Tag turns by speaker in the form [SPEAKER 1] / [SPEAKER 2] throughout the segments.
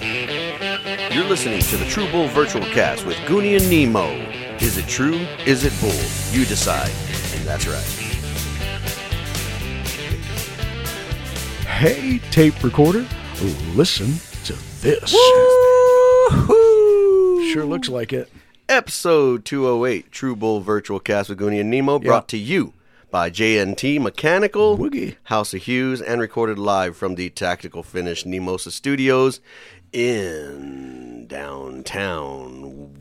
[SPEAKER 1] You're listening to the True Bull Virtual Cast with Goonie and Nemo. Is it true? Is it bull? You decide. And that's right.
[SPEAKER 2] Hey, tape recorder, listen to this. Sure looks like it.
[SPEAKER 1] Episode 208, True Bull Virtual Cast with Goonie and Nemo, brought to you by JNT Mechanical,
[SPEAKER 2] Woogie.
[SPEAKER 1] House of Hughes, and recorded live from the Tactical Finish Nemosa Studios in downtown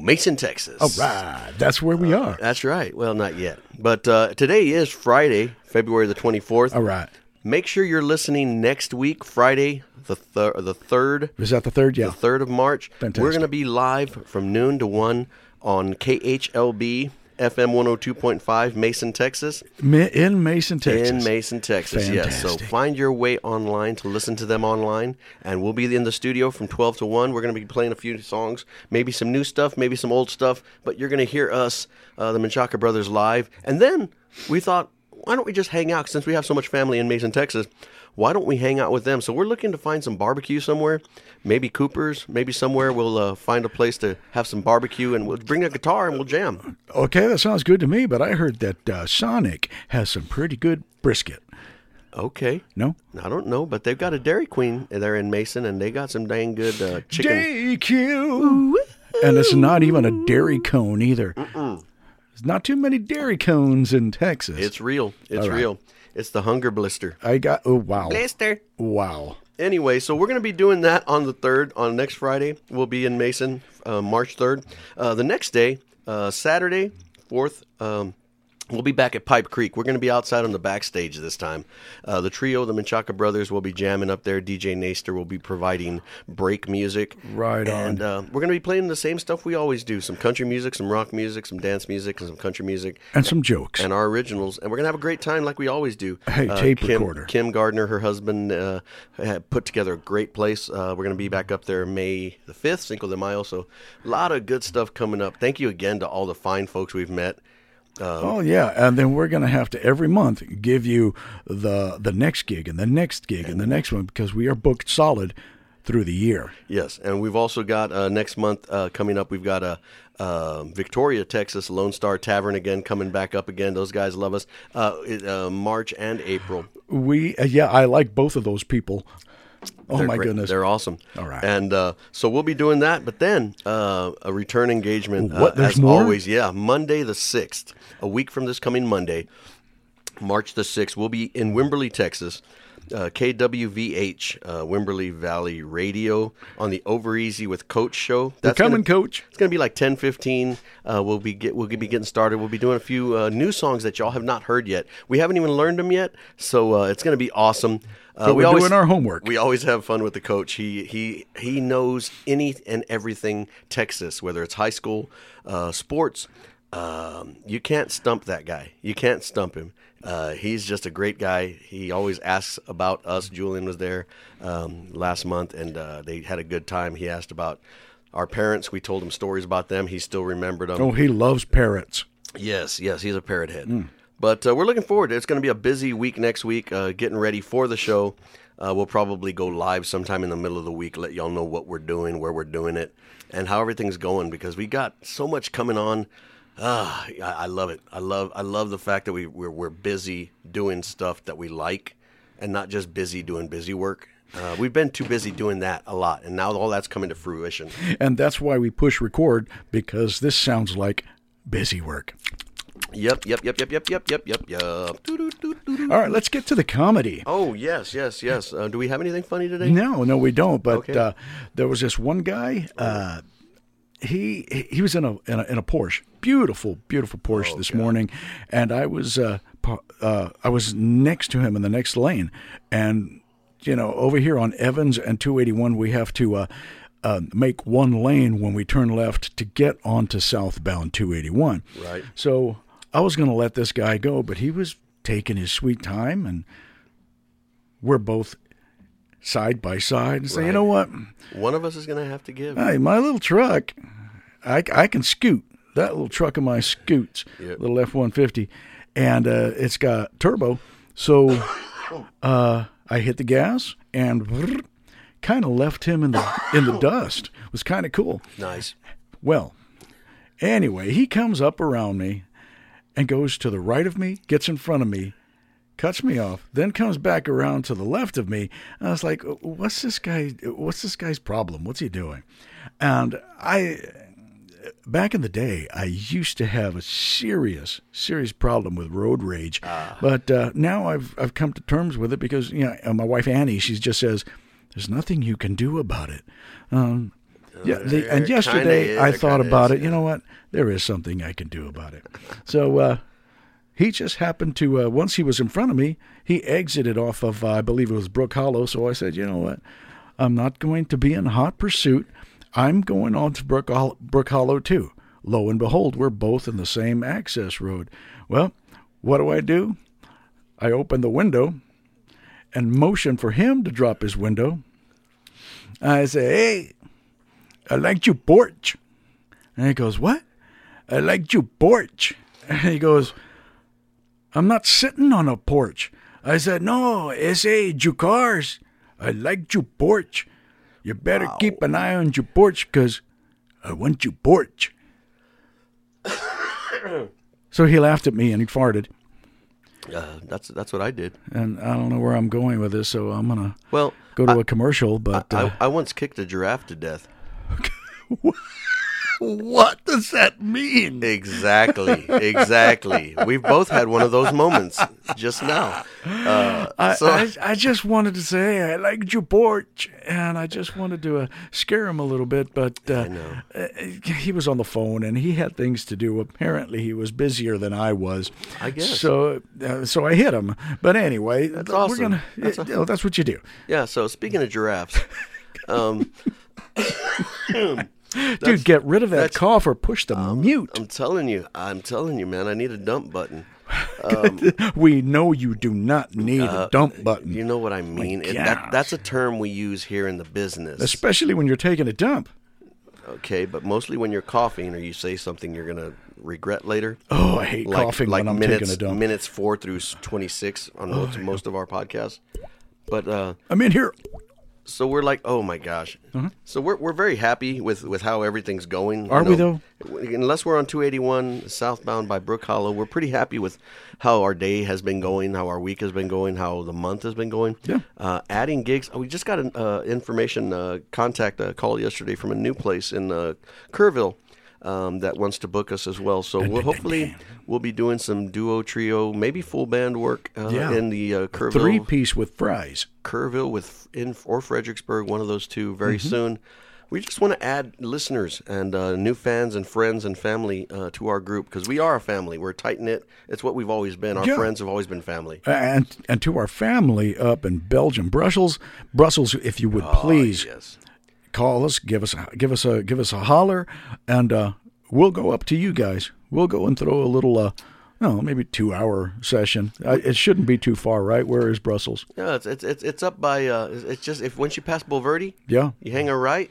[SPEAKER 1] Mason, Texas.
[SPEAKER 2] All right, that's where we are.
[SPEAKER 1] That's right. Well, not yet. But uh, today is Friday, February the 24th.
[SPEAKER 2] All right.
[SPEAKER 1] Make sure you're listening next week, Friday, the, thir- the 3rd,
[SPEAKER 2] Is that the third? Yeah.
[SPEAKER 1] the 3rd of March. We're
[SPEAKER 2] Fantastic.
[SPEAKER 1] going to be live from noon to 1 on KHLB FM 102.5 Mason, Texas,
[SPEAKER 2] Ma- In Mason, Texas.
[SPEAKER 1] in Mason, Texas. Yes. So
[SPEAKER 2] Fantastic.
[SPEAKER 1] find your way online to listen to them online. And we'll be in the studio from 12 to 1. We're going to be playing a few songs, maybe some new stuff, maybe some old stuff. But you're going to hear us, uh, the Menchaca Brothers, live. And then we thought, why don't we just hang out? Since we have so much family in Mason, Texas, why don't we hang out with them? So we're looking to find some barbecue somewhere, maybe Cooper's, maybe somewhere we'll uh, find a place to have some barbecue and we'll bring a guitar and we'll jam.
[SPEAKER 2] Okay, that sounds good to me, but I heard that uh, Sonic has some pretty good brisket.
[SPEAKER 1] Okay.
[SPEAKER 2] No?
[SPEAKER 1] I don't know, but they've got a Dairy Queen there in Mason, and they got some dang good uh, chicken.
[SPEAKER 2] JQ. And it's not even a dairy cone either. There's not too many dairy cones in Texas.
[SPEAKER 1] It's real. It's real. It's the hunger blister.
[SPEAKER 2] I got, oh, wow.
[SPEAKER 1] Blister.
[SPEAKER 2] Wow.
[SPEAKER 1] Anyway, so we're going to be doing that on the third on next Friday. We'll be in Mason, uh, March third. Uh, the next day, uh, Saturday, fourth. Um, We'll be back at Pipe Creek. We're going to be outside on the backstage this time. Uh, the trio, the Menchaca Brothers, will be jamming up there. DJ Naster will be providing break music.
[SPEAKER 2] Right on.
[SPEAKER 1] And uh, we're going to be playing the same stuff we always do some country music, some rock music, some dance music, and some country music
[SPEAKER 2] And some jokes.
[SPEAKER 1] and our originals, and we're gonna have a great time like we always do. Uh,
[SPEAKER 2] Hey, tape
[SPEAKER 1] Kim,
[SPEAKER 2] recorder.
[SPEAKER 1] Kim Gardner, her husband, uh, had put together a great place. Uh, we're gonna be back up there May the fifth, Cinco de Mayo. So a lot of good stuff coming up. Thank you again to all the fine folks we've met.
[SPEAKER 2] Oh yeah, and then we're going to have to every month give you the the next gig and the next gig and the next one because we are booked solid through the year.
[SPEAKER 1] Yes, and we've also got uh, next month uh, coming up. We've got a. Uh, Victoria, Texas, Lone Star Tavern again coming back up again. Those guys love us. Uh, it- uh, March and April.
[SPEAKER 2] We uh, yeah, I like both of those people. Oh
[SPEAKER 1] They're
[SPEAKER 2] my
[SPEAKER 1] great.
[SPEAKER 2] goodness.
[SPEAKER 1] they're awesome.
[SPEAKER 2] All right.
[SPEAKER 1] and uh, so we'll be doing that. But then uh, a return engagement, uh,
[SPEAKER 2] What? There's
[SPEAKER 1] as
[SPEAKER 2] more?
[SPEAKER 1] always. Yeah, Monday the sixth, a week from this coming Monday, March the sixth, we'll be in Wimberley, Texas. Uh, KWVH, uh, Wimberley Valley Radio on the Over Easy with Coach show. That's
[SPEAKER 2] coming,
[SPEAKER 1] gonna-
[SPEAKER 2] Coach.
[SPEAKER 1] It's going to be like 10, 15. Uh, we'll be get, we'll be getting started. We'll be doing a few uh, new songs that y'all have not heard yet. We haven't even learned them yet, so uh, it's going to be awesome. Uh,
[SPEAKER 2] But we're doing our homework.
[SPEAKER 1] we always have fun with the coach. He he he knows any and everything Texas, whether it's high school, uh, sports. Um, you can't stump that guy. You can't stump him. Uh, he's just a great guy. He always asks about us. Julian was there um, last month, and uh, they had a good time. He asked about our parents. We told him stories about them. He still remembered them.
[SPEAKER 2] Oh, he loves parrots.
[SPEAKER 1] Yes, yes, he's a parrot head. But uh, we're looking forward. to it. It's going to be a busy week next week, uh, getting ready for the show. Uh, we'll probably go live sometime in the middle of the week, let y'all know what we're doing, where we're doing it, and how everything's going because we got so much coming on. Ah, I, I love it. I love I love the fact that we we're, we're busy doing stuff that we like, and not just busy doing busy work. Uh, we've been too busy doing that a lot, and now all that's coming to fruition.
[SPEAKER 2] And that's why we push record because this sounds like busy work.
[SPEAKER 1] Yep, yep, yep, yep, yep, yep, yep, yep, yep. Doo-doo-doo-doo-doo.
[SPEAKER 2] All right, let's get to the comedy.
[SPEAKER 1] Oh yes, yes, yes. Uh, do we have anything funny today?
[SPEAKER 2] No, no, we don't. But
[SPEAKER 1] Okay.
[SPEAKER 2] uh, there was this one guy. Uh, he he was in a in a, in a Porsche, beautiful, beautiful Porsche this morning, and I was uh, par- uh, I was next to him in the next lane, and you know over here on Evans and 281 we have to. Uh, uh, make one lane when we turn left to get onto southbound 281.
[SPEAKER 1] Right.
[SPEAKER 2] So I was going to let this guy go, but he was taking his sweet time, and we're both side by side and say, you know what?
[SPEAKER 1] One of us is going to have to give.
[SPEAKER 2] Hey, my little truck, I, I can scoot. That little truck of mine scoots,
[SPEAKER 1] Yep.
[SPEAKER 2] little F 150, and uh, it's got turbo. So uh, I hit the gas and kind of left him in the in the dust. It was kind of cool.
[SPEAKER 1] Nice.
[SPEAKER 2] Well, anyway, he comes up around me and goes to the right of me, gets in front of me, cuts me off, then comes back around to the left of me. And I was like, "What's this guy? What's this guy's problem? What's he doing?" And I back in the day, I used to have a serious, serious problem with road rage, but uh, now I've I've come to terms with it because you know uh, my wife Annie, she just says, "There's nothing you can do about it." Um, yeah,
[SPEAKER 1] there
[SPEAKER 2] the, and
[SPEAKER 1] Uh, kinda
[SPEAKER 2] yesterday
[SPEAKER 1] is,
[SPEAKER 2] I
[SPEAKER 1] there
[SPEAKER 2] thought
[SPEAKER 1] kinda
[SPEAKER 2] about
[SPEAKER 1] is,
[SPEAKER 2] it. You know what? There is something I can do about it. So uh, he just happened to uh, once he was in front of me, he exited off of uh, I believe it was Brook Hollow. So I said, you know what? I'm not going to be in hot pursuit. I'm going on to Brook, Hol- Brook Hollow too. Lo and behold, we're both in the same access road. Well, what do I do? I open the window and motion for him to drop his window. I say, hey, I liked your porch. And he goes, what? I liked your porch. And he goes, I'm not sitting on a porch. I said, no, it's a your cars. I liked your porch. You better keep an eye on your porch because I want your porch. so he laughed at me and he farted.
[SPEAKER 1] Uh, that's that's what I did.
[SPEAKER 2] And I don't know where I'm going with this, so I'm going to
[SPEAKER 1] Well,
[SPEAKER 2] go to a commercial. But uh,
[SPEAKER 1] I, I once kicked a giraffe to death.
[SPEAKER 2] what does that mean?
[SPEAKER 1] Exactly, exactly. We've both had one of those moments just now. Uh,
[SPEAKER 2] I,
[SPEAKER 1] so
[SPEAKER 2] I, I just wanted to say hey, I liked your porch, and I just wanted to uh, scare him a little bit, but uh, uh, he was on the phone and he had things to do. Apparently, he was busier than I was.
[SPEAKER 1] I guess.
[SPEAKER 2] so. Uh, so I hit him, but anyway, we're
[SPEAKER 1] awesome.
[SPEAKER 2] gonna- you know, that's what you do.
[SPEAKER 1] yeah. So speaking of giraffes, um,
[SPEAKER 2] Dude, get rid of that cough or push the
[SPEAKER 1] um,
[SPEAKER 2] mute.
[SPEAKER 1] I'm telling you, I'm telling you, man. I need a dump button.
[SPEAKER 2] we know you do not need a dump button,
[SPEAKER 1] uh, You know what I mean? It-
[SPEAKER 2] Oh gosh.
[SPEAKER 1] that, that's a term we use here in the business.
[SPEAKER 2] especially when you're taking a dump.
[SPEAKER 1] okay, but mostly when you're coughing or you say something you're gonna regret later.
[SPEAKER 2] Oh, I hate
[SPEAKER 1] like,
[SPEAKER 2] coughing
[SPEAKER 1] like
[SPEAKER 2] when I'm
[SPEAKER 1] minutes,
[SPEAKER 2] taking a dump. Oh,
[SPEAKER 1] minutes four through twenty six on most, most of our podcasts. But uh,
[SPEAKER 2] I'm in here.
[SPEAKER 1] so we're like, oh my gosh. So we're, we're very happy with, with how everything's going.
[SPEAKER 2] Mm-hmm. Are
[SPEAKER 1] You
[SPEAKER 2] we,
[SPEAKER 1] know, Unless we're on 281 southbound by Brook Hollow, we're pretty happy with how our day has been going, how our week has been going, how the month has been going.
[SPEAKER 2] Yeah.
[SPEAKER 1] Uh, adding gigs. We just got an uh, information uh, contact uh, call yesterday from a new place in uh, Kerrville. Um, that wants to book us as well, so we'll hopefully we'll be doing some duo, trio, maybe full band work uh,
[SPEAKER 2] Yeah.
[SPEAKER 1] in the uh, Kerrville
[SPEAKER 2] Three piece with fries.
[SPEAKER 1] Kerrville with in or Fredericksburg, one of those two, very
[SPEAKER 2] Mm-hmm.
[SPEAKER 1] soon. We just want to add listeners and uh, new fans and friends and family uh, to our group because we are a family. We're tight knit. It's what we've always been. Our
[SPEAKER 2] Yeah.
[SPEAKER 1] friends have always been family.
[SPEAKER 2] and and to our family up in Belgium, Brussels, Brussels, if you
[SPEAKER 1] Oh,
[SPEAKER 2] would please
[SPEAKER 1] Yes.
[SPEAKER 2] call us, give us a, give us a give us a holler, and uh, we'll go up to you guys. We'll go and throw a little, uh, no, maybe two hour session. I, it shouldn't be too far, right? Where is Brussels?
[SPEAKER 1] Yeah, it's it's it's, it's up by. Uh, it's- it's just if once you pass Bulverde,
[SPEAKER 2] Yeah,
[SPEAKER 1] you hang a right,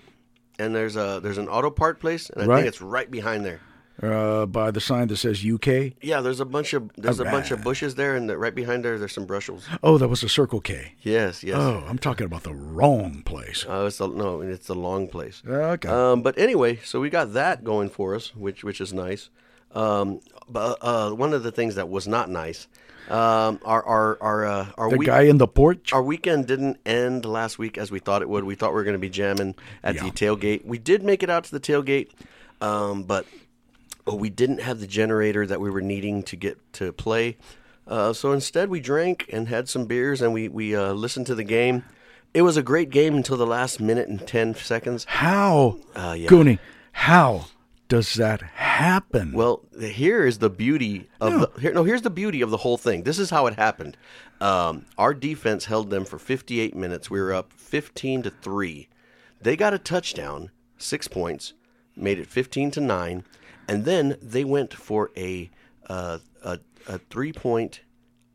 [SPEAKER 1] and there's a there's an auto part place, and I
[SPEAKER 2] Right.
[SPEAKER 1] think it's right behind there.
[SPEAKER 2] uh, by the sign that says UK.
[SPEAKER 1] Yeah, there's a bunch of there's a bunch of bushes there, and the, right behind there, there's some Brussels.
[SPEAKER 2] Oh, that was a Circle K.
[SPEAKER 1] Yes, yes.
[SPEAKER 2] Oh, I'm talking about the wrong place.
[SPEAKER 1] Uh, it's the, no, it's the long place.
[SPEAKER 2] Okay.
[SPEAKER 1] Um, but anyway, so we got that going for us, which which is nice. Um, but uh, one of the things that was not nice, um, our our our uh, our
[SPEAKER 2] the
[SPEAKER 1] week.
[SPEAKER 2] guy in the porch.
[SPEAKER 1] Our weekend didn't end last week as we thought it would. We thought we were going to be jamming at the tailgate. We did make it out to the tailgate, um, but oh, we didn't have the generator that we were needing to get to play. Uh, so instead, we drank and had some beers and we, we uh, listened to the game. It was a great game until the last minute and 10 seconds.
[SPEAKER 2] How,
[SPEAKER 1] Uh, yeah.
[SPEAKER 2] Goonie? How does that happen?
[SPEAKER 1] Well, here is the beauty of the here, no. Here's the beauty of the whole thing. This is how it happened. Um, our defense held them for 58 minutes. We were up 15 to three. They got a touchdown, six points, made it 15 to nine, and then they went for a uh, a, a three point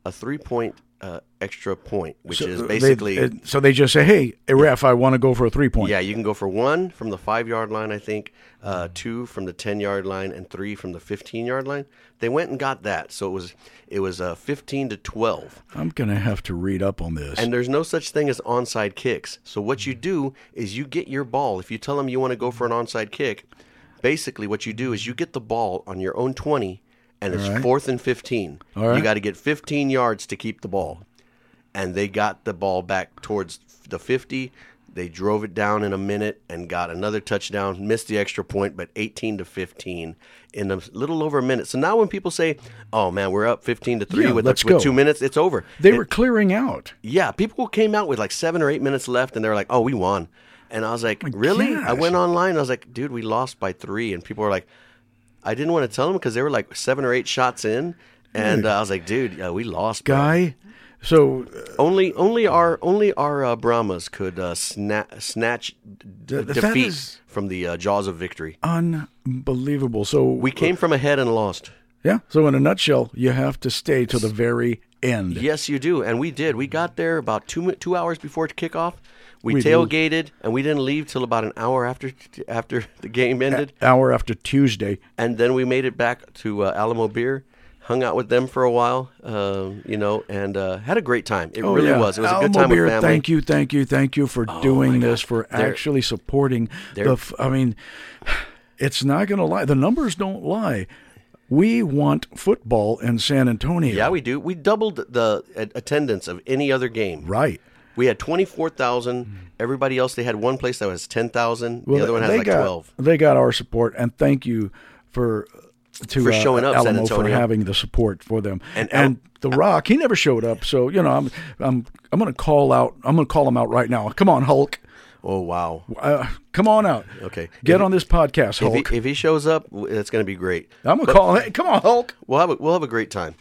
[SPEAKER 1] a three point uh, extra point, which is
[SPEAKER 2] They-
[SPEAKER 1] basically
[SPEAKER 2] uh, so they just say, "Hey, ref, I want to go for a three point."
[SPEAKER 1] yeah, you can go for one from the five yard line, I think, uh, two from the ten yard line, and three from the fifteen yard line. They went and got that, so it was it was uh, fifteen to twelve.
[SPEAKER 2] I'm gonna have to read up on this.
[SPEAKER 1] And there's no such thing as onside kicks. So what
[SPEAKER 2] Mm.
[SPEAKER 1] you do is you get your ball. If you tell them you want to go for an onside kick, basically what you do is you get the ball on your own 20 and it's fourth and 15. You
[SPEAKER 2] right.
[SPEAKER 1] got to get 15 yards to keep the ball. And they got the ball back towards the 50. They drove it down in a minute and got another touchdown, missed the extra point, but 18 to 15 in a little over a minute. So now when people say, "Oh man, we're up 15 to 3
[SPEAKER 2] Yeah,
[SPEAKER 1] with,
[SPEAKER 2] let's
[SPEAKER 1] with
[SPEAKER 2] go.
[SPEAKER 1] 2 minutes, it's over."
[SPEAKER 2] they were clearing out.
[SPEAKER 1] Yeah, people came out with like seven or eight minutes left, and they were like, "Oh, we won," and I was like, "Really?" I
[SPEAKER 2] gosh.
[SPEAKER 1] went online, and I was like, "Dude, we lost by three. and people were like, "I didn't want to tell them because they were like seven or eight shots in," and uh, I was like, "Dude, uh, we lost." bro."
[SPEAKER 2] Guy, so uh,
[SPEAKER 1] only only our only our uh, Brahmas could uh, sna- snatch d-
[SPEAKER 2] that
[SPEAKER 1] defeat
[SPEAKER 2] is-
[SPEAKER 1] from the uh, jaws of victory.
[SPEAKER 2] unbelievable. So
[SPEAKER 1] We came from ahead and lost.
[SPEAKER 2] yeah. So in a nutshell, you have to stay to the very end.
[SPEAKER 1] Yes, you do, and we did. We got there about two mi- two hours before kickoff. We,
[SPEAKER 2] We did.
[SPEAKER 1] tailgated, and we didn't leave till about an hour after after the game ended.
[SPEAKER 2] Hour after Tuesday,
[SPEAKER 1] and then we made it back to uh, Alamo Beer, hung out with them for a while, um, you know, and uh, had a great time. It really
[SPEAKER 2] Oh, Yeah.
[SPEAKER 1] was. It was a
[SPEAKER 2] Alamo
[SPEAKER 1] good time
[SPEAKER 2] Beer,
[SPEAKER 1] with family. Oh
[SPEAKER 2] Thank you, thank you, thank you for doing this, for actually supporting the. F- I mean, it's not going to lie. The numbers don't lie. We want football in San Antonio.
[SPEAKER 1] Yeah, we do. We doubled the a- attendance of any other game.
[SPEAKER 2] right.
[SPEAKER 1] We had twenty four thousand. Everybody else, they had one place that was ten thousand. the other one had
[SPEAKER 2] they
[SPEAKER 1] like
[SPEAKER 2] got,
[SPEAKER 1] twelve.
[SPEAKER 2] They got our support, and thank you for to
[SPEAKER 1] For
[SPEAKER 2] uh,
[SPEAKER 1] showing up, San
[SPEAKER 2] Alamo for
[SPEAKER 1] Antonio.
[SPEAKER 2] having the support for them.
[SPEAKER 1] And
[SPEAKER 2] And,
[SPEAKER 1] Al-
[SPEAKER 2] the Rock, he never showed up. So you know, I'm I'm I'm going to call out. I'm going to call him out right now. Come on, Hulk.
[SPEAKER 1] Oh wow!
[SPEAKER 2] Uh, come on out.
[SPEAKER 1] Okay.
[SPEAKER 2] Get
[SPEAKER 1] If-
[SPEAKER 2] on this podcast,
[SPEAKER 1] If
[SPEAKER 2] Hulk.
[SPEAKER 1] he, if he shows up, w- it's going to be great.
[SPEAKER 2] I'm gonna call. Hey, come on, Hulk.
[SPEAKER 1] We'll have a, we'll have a great time.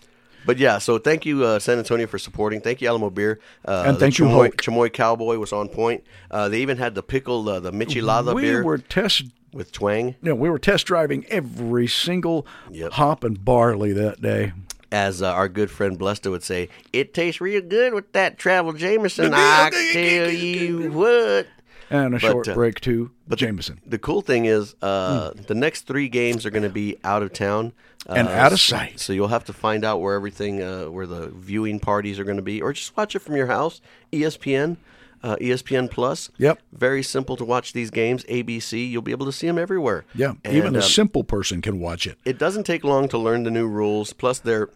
[SPEAKER 1] But yeah, so thank you, uh, San Antonio, for supporting. Thank you, Alamo Beer, uh,
[SPEAKER 2] And
[SPEAKER 1] the
[SPEAKER 2] thank you,
[SPEAKER 1] Chamoy,
[SPEAKER 2] Hulk.
[SPEAKER 1] Chamoy Cowboy was on point. Uh, they even had the pickle, uh, the Michelada
[SPEAKER 2] we
[SPEAKER 1] beer
[SPEAKER 2] were test.
[SPEAKER 1] with twang
[SPEAKER 2] No, we were test driving every single hop and barley that day.
[SPEAKER 1] as uh, our good friend Bluster would say, it tastes real good with that Travel Jameson.
[SPEAKER 2] The
[SPEAKER 1] I
[SPEAKER 2] beer-
[SPEAKER 1] tell you what.
[SPEAKER 2] And a short
[SPEAKER 1] uh,
[SPEAKER 2] break too. But Jameson
[SPEAKER 1] The cool thing is, uh, the next three games are going to be out of town uh,
[SPEAKER 2] Hmm. and out of sight.
[SPEAKER 1] So you'll have to find out where everything, uh, where the viewing parties are going to be, or just watch it from your house. E ESPN, uh, ESPN Plus.
[SPEAKER 2] Yep.
[SPEAKER 1] Very simple to watch these games. ABC. You'll be able to see them everywhere.
[SPEAKER 2] Yeah,
[SPEAKER 1] And,
[SPEAKER 2] even a
[SPEAKER 1] um,
[SPEAKER 2] simple person can watch it.
[SPEAKER 1] it doesn't take long to learn the new rules. Plus, they're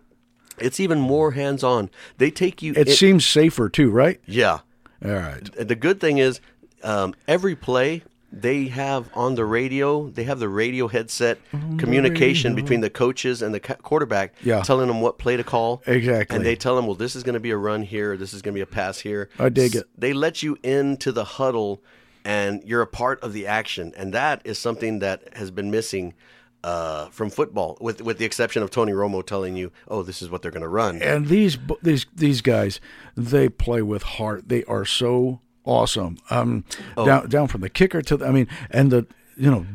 [SPEAKER 1] it's even more hands on. They take you.
[SPEAKER 2] It
[SPEAKER 1] in-
[SPEAKER 2] seems safer too, right?
[SPEAKER 1] yeah.
[SPEAKER 2] All right.
[SPEAKER 1] The good thing is, um, every play they have on the radio, they have the radio headset communication between the coaches and the ca- quarterback,
[SPEAKER 2] Yeah.
[SPEAKER 1] telling them what play to call.
[SPEAKER 2] Exactly.
[SPEAKER 1] And they tell them, well, this is going to be a run here, this is going to be a pass here.
[SPEAKER 2] I dig
[SPEAKER 1] S-
[SPEAKER 2] it.
[SPEAKER 1] They let you into the huddle and you're a part of the action. And that is something that has been missing. Uh, from football, with with the exception of Tony Romo telling you, "Oh, this is what they're going to run."
[SPEAKER 2] And these bu- these these guys, they play with heart. They are so awesome. Um,
[SPEAKER 1] Oh.
[SPEAKER 2] down down from the kicker to the, I mean, and the you know.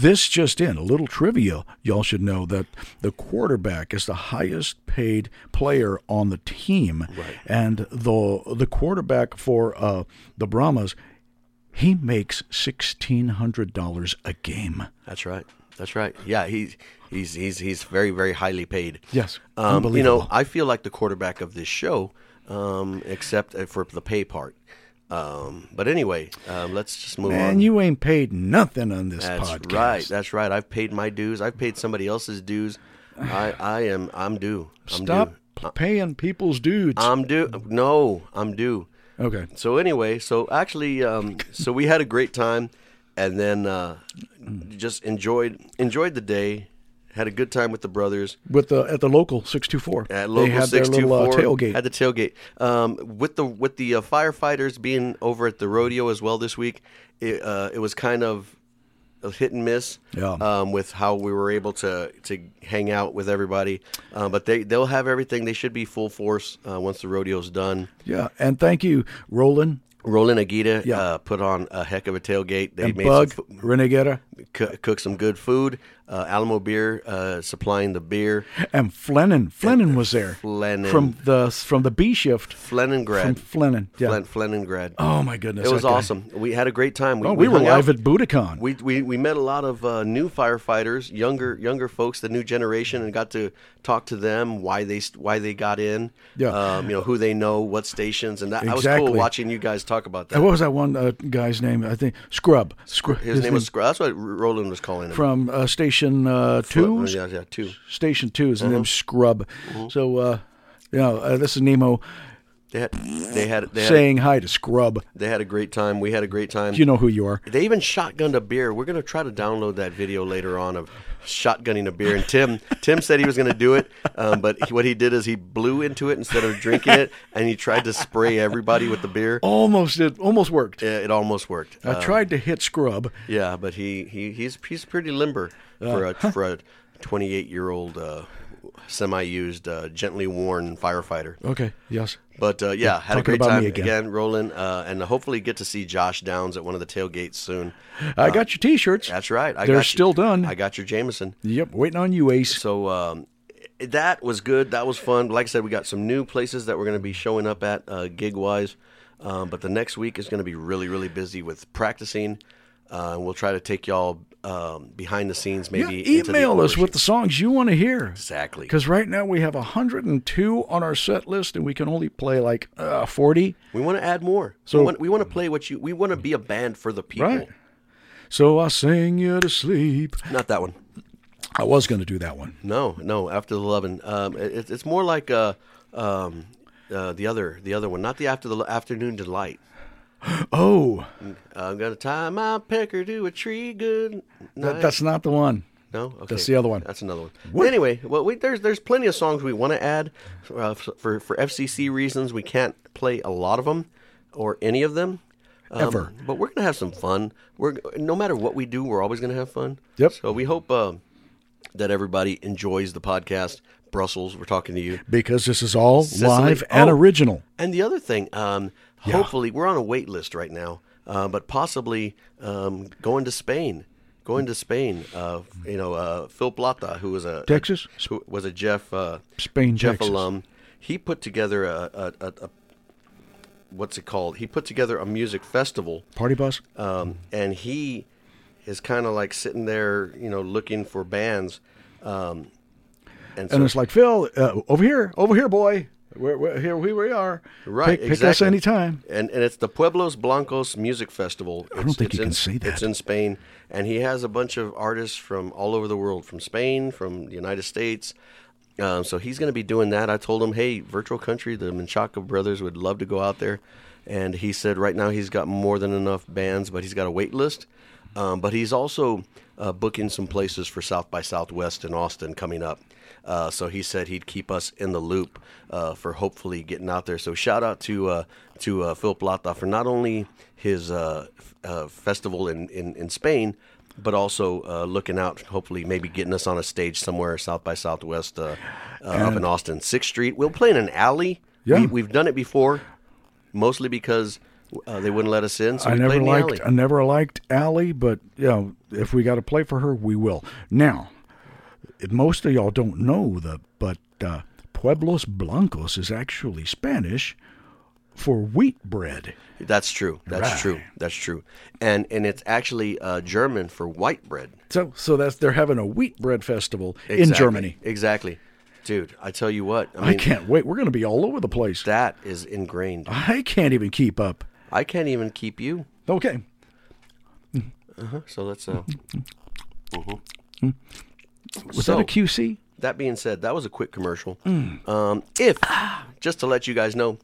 [SPEAKER 2] This just in, a little trivia. Y'all should know that the quarterback is the highest paid player on the team, and the the quarterback for uh, the Brahmas, he makes sixteen hundred dollars a game.
[SPEAKER 1] That's right. That's right. Yeah, he's he's he's he's very very highly paid.
[SPEAKER 2] Yes.
[SPEAKER 1] um, you know,
[SPEAKER 2] Unbelievable.
[SPEAKER 1] I feel like the quarterback of this show, um, except for the pay part. Um, but anyway, um, let's just move on.
[SPEAKER 2] And you ain't paid nothing on this
[SPEAKER 1] That's
[SPEAKER 2] podcast.
[SPEAKER 1] right. That's right. I've paid my dues. I've paid somebody else's dues. I I am I'm due. I'm Uh,
[SPEAKER 2] Stop
[SPEAKER 1] Due.
[SPEAKER 2] paying people's dudes.
[SPEAKER 1] I'm due. No, I'm due.
[SPEAKER 2] okay.
[SPEAKER 1] So anyway, so actually, um, so we had a great time, and then uh,
[SPEAKER 2] Mm.
[SPEAKER 1] just enjoyed enjoyed the day. Had a good time with the brothers.
[SPEAKER 2] With the at the local six two four.
[SPEAKER 1] At local
[SPEAKER 2] they had
[SPEAKER 1] six
[SPEAKER 2] their
[SPEAKER 1] two
[SPEAKER 2] little
[SPEAKER 1] four
[SPEAKER 2] uh, tailgate.
[SPEAKER 1] At the tailgate, um, with the with the uh, firefighters being over at the rodeo as well this week, it, uh, it was kind of a hit and miss
[SPEAKER 2] Yeah.
[SPEAKER 1] um, with how we were able to to hang out with everybody. Uh, but they they'll have everything. They should be full force uh, once the rodeo's done.
[SPEAKER 2] yeah. And thank you, Roland
[SPEAKER 1] Roland Aguita
[SPEAKER 2] Yeah.
[SPEAKER 1] uh, put on a heck of a tailgate. They
[SPEAKER 2] and
[SPEAKER 1] made
[SPEAKER 2] Bug
[SPEAKER 1] some,
[SPEAKER 2] Renegada.
[SPEAKER 1] fu- co- cooked some good food. uh, Alamo Beer uh, supplying the beer.
[SPEAKER 2] And Flennon, Flennon was there
[SPEAKER 1] Flennon.
[SPEAKER 2] from the from the B shift from
[SPEAKER 1] Flenningrad.
[SPEAKER 2] Flennon. Yeah.
[SPEAKER 1] Flen- Flenningrad.
[SPEAKER 2] Oh my goodness,
[SPEAKER 1] it was
[SPEAKER 2] that guy.
[SPEAKER 1] awesome. We had a great time.
[SPEAKER 2] Oh, we, were
[SPEAKER 1] hung out.
[SPEAKER 2] live at Budokan.
[SPEAKER 1] We, we, we met a lot of uh, new firefighters, younger younger folks, the new generation, and got to talk to them why they why they got in,
[SPEAKER 2] Yeah.
[SPEAKER 1] um, you know who they know, what stations, and that I was
[SPEAKER 2] Exactly.
[SPEAKER 1] cool watching you guys talk about that.
[SPEAKER 2] And what was that one uh, guy's name? I think Scrub. Scrub.
[SPEAKER 1] His, name was Scrub. That's what Roland was calling him.
[SPEAKER 2] from uh, Station uh, Two.
[SPEAKER 1] oh, yeah, Mm-hmm. yeah, two.
[SPEAKER 2] Station Two is the name Scrub. So, uh, you know, uh, this is Nemo
[SPEAKER 1] They had they had they had,
[SPEAKER 2] saying hi to Scrub.
[SPEAKER 1] they had a great time. We had a great time.
[SPEAKER 2] You know who you are.
[SPEAKER 1] They even shotgunned a beer. We're gonna try to download that video later on of shotgunning a beer. And Tim, Tim said he was gonna do it, um, but he, what he did is he blew into it instead of drinking it, and he tried to spray everybody with the beer.
[SPEAKER 2] Almost, it almost worked.
[SPEAKER 1] Yeah, it almost worked.
[SPEAKER 2] I
[SPEAKER 1] Uh,
[SPEAKER 2] tried to hit Scrub.
[SPEAKER 1] yeah, but he, he he's he's pretty limber for
[SPEAKER 2] Uh.
[SPEAKER 1] a for a 28 year old uh, semi-used, uh, gently worn firefighter.
[SPEAKER 2] Okay. Yes.
[SPEAKER 1] But uh, yeah, had a
[SPEAKER 2] talking
[SPEAKER 1] great
[SPEAKER 2] about
[SPEAKER 1] time
[SPEAKER 2] me again.
[SPEAKER 1] Roland, uh, and hopefully get to see Josh Downs at one of the tailgates soon.
[SPEAKER 2] I got your T-shirts.
[SPEAKER 1] That's right. I
[SPEAKER 2] They're
[SPEAKER 1] got you-
[SPEAKER 2] still done.
[SPEAKER 1] I got your Jameson.
[SPEAKER 2] Yep. Waiting on you, Ace.
[SPEAKER 1] So um, that was good. That was fun. Like I said, we got some new places that we're going to be showing up at uh, gig wise. Um, but the next week is going to be really, really busy with practicing. Uh, we'll try to take y'all um, behind the scenes,
[SPEAKER 2] Yeah,
[SPEAKER 1] maybe. into the
[SPEAKER 2] email us
[SPEAKER 1] overshoot.
[SPEAKER 2] with the songs you want to hear.
[SPEAKER 1] exactly.
[SPEAKER 2] Because right now we have 102 on our set list, and we can only play like uh, 40.
[SPEAKER 1] We want to add more. So we want, we want to play what you. We want to be a band for the people.
[SPEAKER 2] Right. So I sing you to sleep.
[SPEAKER 1] Not that one.
[SPEAKER 2] I was going to do that one.
[SPEAKER 1] No, no. After the loving, um, it, it's more like uh, um, uh, the other, the other one. Not the after the Lo- afternoon delight.
[SPEAKER 2] Oh,
[SPEAKER 1] I'm gonna tie my pecker to a tree. Good night.
[SPEAKER 2] that, that's not the one.
[SPEAKER 1] no, okay.
[SPEAKER 2] that's the other one.
[SPEAKER 1] That's another one. Anyway, well, we, there's there's plenty of songs we want to add uh, f- for for FCC reasons. We can't play a lot of them or any of them. Um,
[SPEAKER 2] Ever.
[SPEAKER 1] but we're gonna have some fun. We're no matter what we do, we're always gonna have fun.
[SPEAKER 2] Yep.
[SPEAKER 1] So we hope uh, that everybody enjoys the podcast. Brussels, we're talking to you.
[SPEAKER 2] Because this is all live
[SPEAKER 1] Oh.
[SPEAKER 2] and original.
[SPEAKER 1] And the other thing, um, hopefully, we're on a wait list right now, uh, but possibly um, going to Spain. Going to Spain, uh, you know, uh, Phil Plata, who was a
[SPEAKER 2] Texas?
[SPEAKER 1] who was a Jeff uh,
[SPEAKER 2] Spain,
[SPEAKER 1] Jeff
[SPEAKER 2] Texas.
[SPEAKER 1] alum. He put together a, a, a, a what's it called? He put together a music festival
[SPEAKER 2] Party bus.
[SPEAKER 1] um, and he is kind of like sitting there, you know, looking for bands. Um, and so
[SPEAKER 2] and it's like, Phil, uh, over here, over here, boy. We're, we're, here we we are.
[SPEAKER 1] Right,
[SPEAKER 2] Pick, pick us
[SPEAKER 1] exactly.
[SPEAKER 2] anytime.
[SPEAKER 1] and and it's the Pueblos Blancos Music Festival. I
[SPEAKER 2] don't think you
[SPEAKER 1] in,
[SPEAKER 2] can say that.
[SPEAKER 1] It's in Spain, and he has a bunch of artists from all over the world, from Spain, from the United States. Um, so he's going to be doing that. I told him, hey, Virtual Country, the Menchaca brothers would love to go out there, and he said right now he's got more than enough bands, but he's got a wait list. Um, but he's also uh, booking some places for South by Southwest in Austin coming up. Uh, so he said he'd keep us in the loop uh, for hopefully getting out there. So shout out to uh, to uh, Phil Plata for not only his uh, f- uh, festival in, in, in Spain, but also uh, looking out, hopefully maybe getting us on a stage somewhere South by Southwest uh, uh, up in Austin, Sixth Street. We'll play in an alley.
[SPEAKER 2] Yeah.
[SPEAKER 1] we, we've done it before, mostly because uh, they wouldn't let us in. So
[SPEAKER 2] I
[SPEAKER 1] we played
[SPEAKER 2] never
[SPEAKER 1] in the
[SPEAKER 2] liked
[SPEAKER 1] alley.
[SPEAKER 2] I never liked Allie, but you know, if we got to play for her, we will. Now, most of y'all don't know the, but uh, Pueblos Blancos is actually Spanish for wheat bread.
[SPEAKER 1] That's true. That's
[SPEAKER 2] Right.
[SPEAKER 1] true. That's true. And and it's actually uh, German for white bread.
[SPEAKER 2] So, so that's they're having a wheat bread festival in
[SPEAKER 1] Exactly.
[SPEAKER 2] Germany.
[SPEAKER 1] Exactly. Dude, I tell you what, I
[SPEAKER 2] I
[SPEAKER 1] mean,
[SPEAKER 2] can't wait. We're going to be all over the place.
[SPEAKER 1] that is ingrained.
[SPEAKER 2] I can't even keep up.
[SPEAKER 1] I can't even keep you.
[SPEAKER 2] Okay.
[SPEAKER 1] So let's. Uh, mhm.
[SPEAKER 2] Mm-hmm. Was
[SPEAKER 1] So-
[SPEAKER 2] that a Mm. QC?
[SPEAKER 1] That being said, that was a quick commercial. Um, if, just to let you guys know,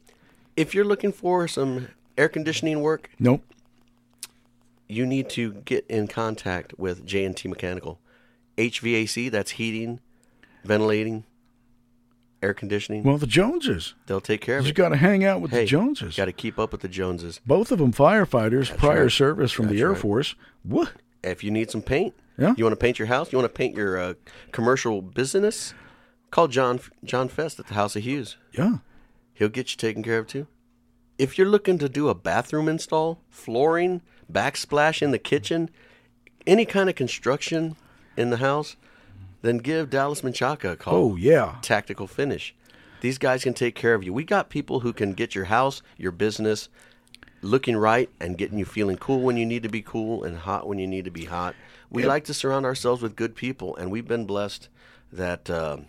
[SPEAKER 1] if you're looking for some air conditioning work,
[SPEAKER 2] Nope.
[SPEAKER 1] you need to get in contact with J&T Mechanical. HVAC, that's heating, ventilating, air conditioning.
[SPEAKER 2] Well, the Joneses.
[SPEAKER 1] They'll take care of
[SPEAKER 2] You
[SPEAKER 1] it.
[SPEAKER 2] got to hang out with the Joneses.
[SPEAKER 1] Got to keep up with the Joneses.
[SPEAKER 2] Both of them firefighters, prior
[SPEAKER 1] right.
[SPEAKER 2] service from the Air Force. What?
[SPEAKER 1] If you need some paint,
[SPEAKER 2] Yeah.
[SPEAKER 1] you want to paint your house, you want to paint your uh, commercial business, call John John Fest at the House of Hughes.
[SPEAKER 2] Yeah.
[SPEAKER 1] He'll get you taken care of too. If you're looking to do a bathroom install, flooring, backsplash in the kitchen, any kind of construction, in the house, then give Dallas Menchaca a call.
[SPEAKER 2] Oh, yeah.
[SPEAKER 1] Tactical Finish. These guys can take care of you. We got people who can get your house, your business looking right and getting you feeling cool when you need to be cool and hot when you need to be hot. We like to surround ourselves with good people, and we've been blessed that um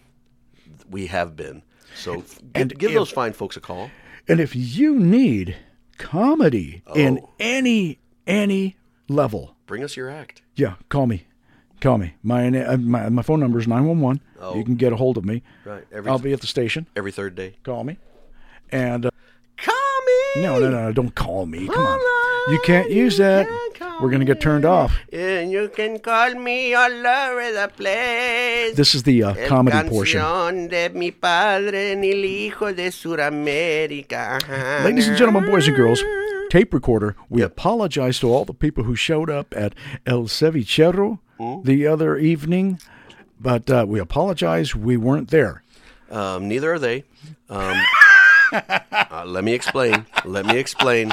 [SPEAKER 1] we have been. So f-
[SPEAKER 2] And
[SPEAKER 1] give, give
[SPEAKER 2] if-
[SPEAKER 1] those fine folks a call.
[SPEAKER 2] And if you need comedy in any any level,
[SPEAKER 1] Bring us your act.
[SPEAKER 2] yeah, call me. Call me. My na- uh, my, my phone number is 911. You can get a hold of me.
[SPEAKER 1] Right. Every
[SPEAKER 2] I'll be at the station.
[SPEAKER 1] every third day.
[SPEAKER 2] Call me. And uh,
[SPEAKER 1] Call me.
[SPEAKER 2] no, no, no, no, don't call me. Come on. You can't use that. We're going to get turned off.
[SPEAKER 1] And you can call me all over the place.
[SPEAKER 2] This is the uh, comedy portion.
[SPEAKER 3] de mi padre ni el hijo de Suramérica.
[SPEAKER 2] Ladies and gentlemen, boys and girls, tape recorder. We apologize to all the people who showed up at El Cevichero
[SPEAKER 1] Hmm?
[SPEAKER 2] the other evening, but uh, we apologize. We weren't there.
[SPEAKER 1] Um, neither are they. Um, uh, let me explain. Let me explain.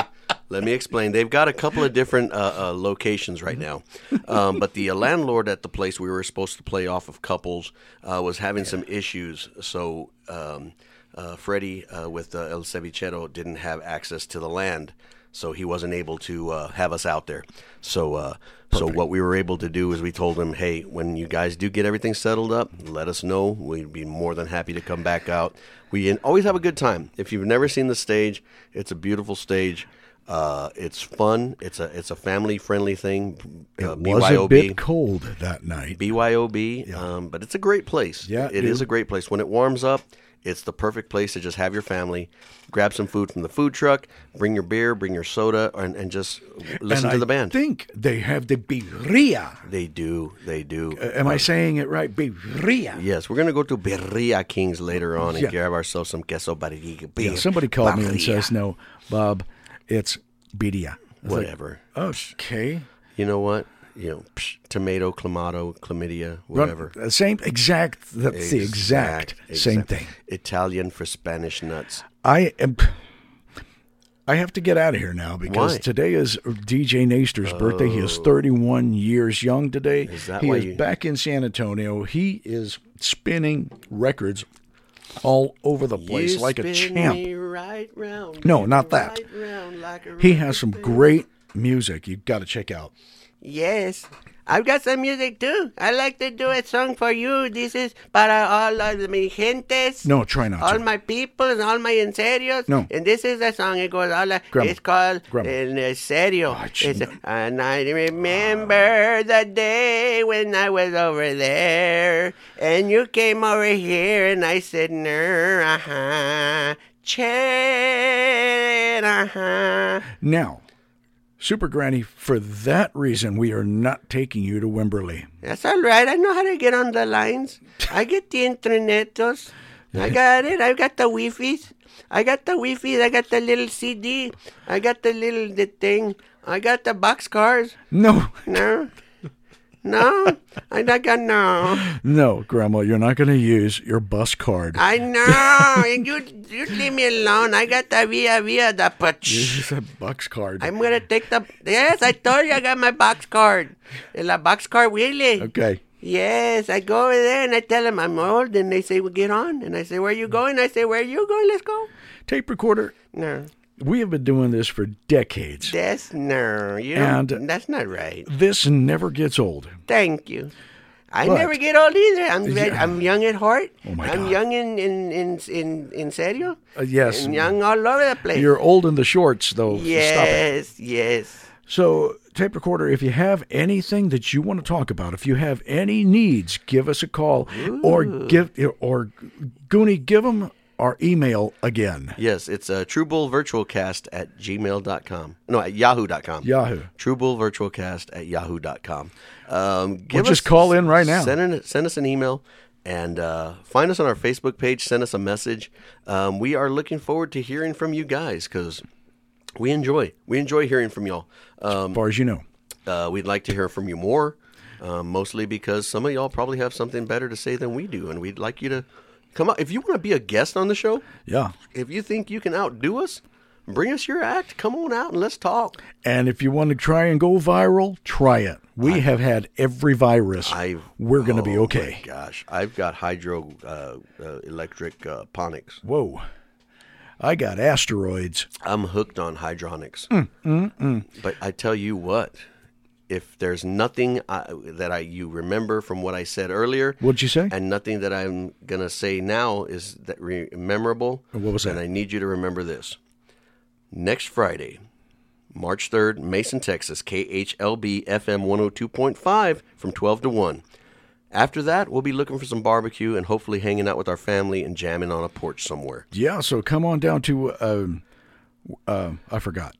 [SPEAKER 1] Let me explain. They've got a couple of different uh, uh, locations right now, um, but the uh, landlord at the place we were supposed to play off of couples uh, was having some issues. So um, uh, Freddie uh, with uh, El Cevichero didn't have access to the land, so he wasn't able to uh, have us out there. So, uh, so what we were able to do is we told him, "Hey, when you guys do get everything settled up, let us know. We'd be more than happy to come back out. We in- always have a good time. If you've never seen the stage, it's a beautiful stage. Uh, it's fun. It's a it's a family friendly thing. Uh,
[SPEAKER 2] Was a bit cold that night.
[SPEAKER 1] BYOB. Um, but it's a great place.
[SPEAKER 2] Yeah,
[SPEAKER 1] it is a
[SPEAKER 2] dude.
[SPEAKER 1] great place. When it warms up, it's the perfect place to just have your family, grab some food from the food truck, bring your beer, bring your soda, and, and just listen
[SPEAKER 2] and
[SPEAKER 1] to
[SPEAKER 2] I
[SPEAKER 1] the band.
[SPEAKER 2] think they have the birria.
[SPEAKER 1] they do. They do.
[SPEAKER 2] Am I saying it right? Birria.
[SPEAKER 1] yes, we're gonna go to Birria Kings later on and
[SPEAKER 2] Yeah.
[SPEAKER 1] grab ourselves some queso barriga.
[SPEAKER 2] Yeah, somebody called me and says, "No, Bob, it's birria." I was like,
[SPEAKER 1] whatever.
[SPEAKER 2] okay.
[SPEAKER 1] you know what? You know, psh, tomato, clamato, chlamydia,
[SPEAKER 2] Run-
[SPEAKER 1] whatever.
[SPEAKER 2] uh, Same exact. That's the exact, same
[SPEAKER 1] exact.
[SPEAKER 2] thing.
[SPEAKER 1] Italian for Spanish nuts.
[SPEAKER 2] I am. I have to get out of here now because
[SPEAKER 1] Why? Oh.
[SPEAKER 2] today is DJ Naster's birthday. He is 31 years young today. Is
[SPEAKER 1] that
[SPEAKER 2] he
[SPEAKER 1] why
[SPEAKER 2] is
[SPEAKER 1] you-
[SPEAKER 2] back in San Antonio. He is spinning records all over the place
[SPEAKER 1] You
[SPEAKER 2] like a
[SPEAKER 1] spin
[SPEAKER 2] champ.
[SPEAKER 1] me right round,
[SPEAKER 2] No, not that.
[SPEAKER 1] right round like a
[SPEAKER 2] He has some great music you've got to check out.
[SPEAKER 3] Yes, I've got some music too. I like to do a song for you. This is para all of mi gentes.
[SPEAKER 2] No, try not
[SPEAKER 3] All
[SPEAKER 2] to.
[SPEAKER 3] my people and all my enserios.
[SPEAKER 2] No.
[SPEAKER 3] And this is a song. It goes all. like-
[SPEAKER 2] Grandma.
[SPEAKER 3] It's called
[SPEAKER 2] Grandma.
[SPEAKER 3] El Serio.
[SPEAKER 2] Ah, gee,
[SPEAKER 3] it's,
[SPEAKER 2] no.
[SPEAKER 3] and I remember the day when I was over there, and you came over here, and I said, "Ner, uh-huh, Chen, uh-huh."
[SPEAKER 2] Now, Super Granny, for that reason, we are not taking you to Wimberley.
[SPEAKER 3] That's all right. I know how to get on the lines. I get the internetos. I got it. I got the Wi-Fi's. I got the Wi-Fi. I got the little CD. I got the little the thing. I got the box cars.
[SPEAKER 2] No,
[SPEAKER 3] No, no. I not got no.
[SPEAKER 2] no, Grandma, you're not going to use your bus card.
[SPEAKER 3] I know. And you you leave me alone. I got the via via the putch.
[SPEAKER 2] Use a bucks card.
[SPEAKER 3] I'm gonna take the yes. I told you I got my box card. La box card, really.
[SPEAKER 2] okay.
[SPEAKER 3] Yes, I go over there and I tell them I'm old, and they say, "Well, get on." And I say, "Where you going?" I say, "Where you going? Let's go."
[SPEAKER 2] Tape recorder.
[SPEAKER 3] No,
[SPEAKER 2] We have been doing this for decades.
[SPEAKER 3] that's no, you
[SPEAKER 2] And-
[SPEAKER 3] don't- that's not right.
[SPEAKER 2] This never gets old.
[SPEAKER 3] Thank you. I
[SPEAKER 2] But-
[SPEAKER 3] never get old either. I'm ve-
[SPEAKER 2] Yeah.
[SPEAKER 3] I'm young at heart.
[SPEAKER 2] Oh, my
[SPEAKER 3] I'm
[SPEAKER 2] God.
[SPEAKER 3] young in in in in, in serio.
[SPEAKER 2] Uh, yes.
[SPEAKER 3] I'm young all over the place.
[SPEAKER 2] You're old in the shorts, though. Stop it.
[SPEAKER 3] yes, yes.
[SPEAKER 2] So, tape recorder, if you have anything that you want to talk about, if you have any needs, give us a call or give or Goonie, give them our email again.
[SPEAKER 1] Yes, it's uh, truebullvirtualcast at gmail.com. No, at yahoo.com.
[SPEAKER 2] Yahoo.
[SPEAKER 1] Truebullvirtualcast at yahoo.com. Um, give
[SPEAKER 2] just call in right now.
[SPEAKER 1] Send, in, send us an email and uh, find us on our Facebook page. Send us a message. Um, we are looking forward to hearing from you guys because we enjoy. We enjoy hearing from y'all. Um,
[SPEAKER 2] As far as you know.
[SPEAKER 1] uh, we'd like to hear from you more, um, mostly because some of y'all probably have something better to say than we do, and we'd like you to come out. If you want to be a guest on the show,
[SPEAKER 2] Yeah.
[SPEAKER 1] if you think you can outdo us, Bring us your act. Come on out and let's talk.
[SPEAKER 2] And if you want to try and go viral, try it. We have had every virus.
[SPEAKER 1] I've,
[SPEAKER 2] We're going to be
[SPEAKER 1] oh my
[SPEAKER 2] okay.
[SPEAKER 1] gosh, I've got hydro uh, uh, electric uh, ponics.
[SPEAKER 2] Whoa. I got asteroids.
[SPEAKER 1] I'm hooked on hydronics.
[SPEAKER 2] Mm,
[SPEAKER 1] But I tell you what, if there's nothing I, that I you remember from what I said earlier,
[SPEAKER 2] What'd you say?
[SPEAKER 1] and nothing that I'm gonna say now is that re- memorable.
[SPEAKER 2] What was that?
[SPEAKER 1] And I need you to remember this. Next Friday, March third, Mason, Texas, KHLB FM 102.5 from 12 to 1. After that, we'll be looking for some barbecue and hopefully hanging out with our family and jamming on a porch somewhere.
[SPEAKER 2] yeah, so come on down to, um, uh, I forgot.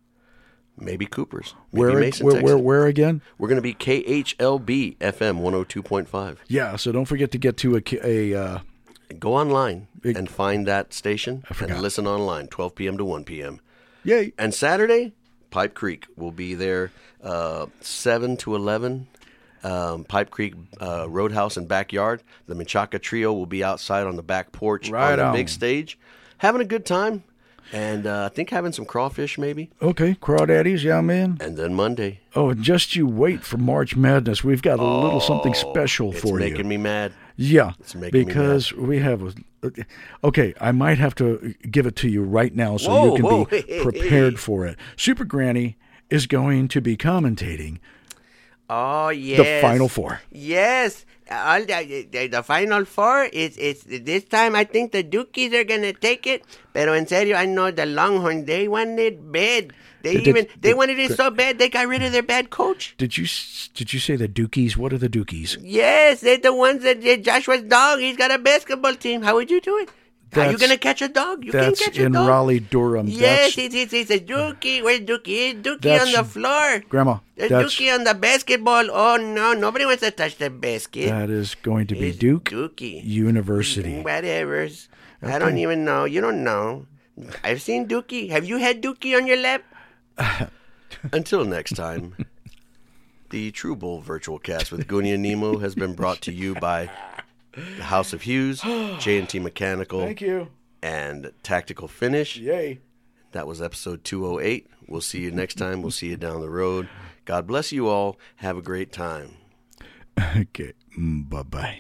[SPEAKER 1] Maybe Cooper's. Maybe
[SPEAKER 2] Where,
[SPEAKER 1] Mason,
[SPEAKER 2] where,
[SPEAKER 1] Texas.
[SPEAKER 2] where, where again?
[SPEAKER 1] We're going to be KHLB FM 102.5.
[SPEAKER 2] Yeah, so don't forget to get to a, ki- a uh,
[SPEAKER 1] Go online and find that station
[SPEAKER 2] forgot.
[SPEAKER 1] and listen online, 12 p.m. to 1 p.m.
[SPEAKER 2] yay.
[SPEAKER 1] And Saturday, Pipe Creek will be there uh, 7 to 11. Um, Pipe Creek uh, Roadhouse and Backyard. The Machaca Trio will be outside on the back porch
[SPEAKER 2] Right
[SPEAKER 1] on the
[SPEAKER 2] on.
[SPEAKER 1] big stage, having a good time. And uh, I think having some crawfish maybe.
[SPEAKER 2] Okay, crawdaddies, yeah, man.
[SPEAKER 1] And then Monday,
[SPEAKER 2] Oh, and just you wait for March Madness. We've got a little something special
[SPEAKER 1] Oh, it's
[SPEAKER 2] for
[SPEAKER 1] making
[SPEAKER 2] you.
[SPEAKER 1] me mad.
[SPEAKER 2] yeah,
[SPEAKER 1] making me
[SPEAKER 2] because we have. A, okay, I might have to give it to you right now so you
[SPEAKER 1] Whoa,
[SPEAKER 2] can
[SPEAKER 1] whoa,
[SPEAKER 2] be
[SPEAKER 1] hey, hey,
[SPEAKER 2] prepared for it. Super Granny is going to be commentating
[SPEAKER 3] Oh yes.
[SPEAKER 2] the Final Four.
[SPEAKER 3] Yes. All the, the, the final four is is this time. I think the Dukies are gonna take it. Pero en serio, I know the Longhorn. They wanted bad. They,
[SPEAKER 2] They did-
[SPEAKER 3] even they
[SPEAKER 2] they-
[SPEAKER 3] wanted it so bad they got rid of their bad coach.
[SPEAKER 2] Did you s- did you say the Dookies? What are the Dookies?
[SPEAKER 3] Yes, they're the ones that did Joshua's dog. He's got a basketball team. How would you do it? are you
[SPEAKER 2] That's-
[SPEAKER 3] gonna catch a dog? You can
[SPEAKER 2] That's
[SPEAKER 3] catch a
[SPEAKER 2] in
[SPEAKER 3] dog.
[SPEAKER 2] Raleigh, Durham.
[SPEAKER 3] Yes,
[SPEAKER 2] that's,
[SPEAKER 3] it's, it's, it's a Dookie. Where's Dookie? It's Dookie on
[SPEAKER 2] That's-
[SPEAKER 3] the floor.
[SPEAKER 2] Grandma.
[SPEAKER 3] There's
[SPEAKER 2] That's
[SPEAKER 3] Dookie on the basketball. Oh no, nobody wants to touch the basket.
[SPEAKER 2] that is going to be
[SPEAKER 3] It's
[SPEAKER 2] Duke
[SPEAKER 3] Dookie.
[SPEAKER 2] University.
[SPEAKER 3] Whatever's. I don't even know. You don't know. I've seen Dookie. Have you had Dookie on your lap?
[SPEAKER 1] Until next time, the True Bowl Virtual Cast with Goonie and Nemo has been brought to you by the House of Hughes, J&T Mechanical,
[SPEAKER 2] you.
[SPEAKER 1] and Tactical Finish.
[SPEAKER 2] Yay.
[SPEAKER 1] That was episode 208. We'll see you next time. We'll see you down the road. God bless you all. Have a great time.
[SPEAKER 2] Okay. mm, Bye bye.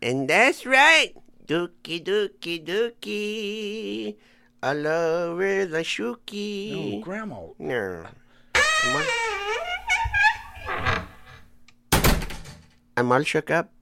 [SPEAKER 3] And that's right. Dookie, Dookie, Dookie. All over the shookie.
[SPEAKER 2] Oh, Grandma.
[SPEAKER 3] No. I'm all, I'm all shook up.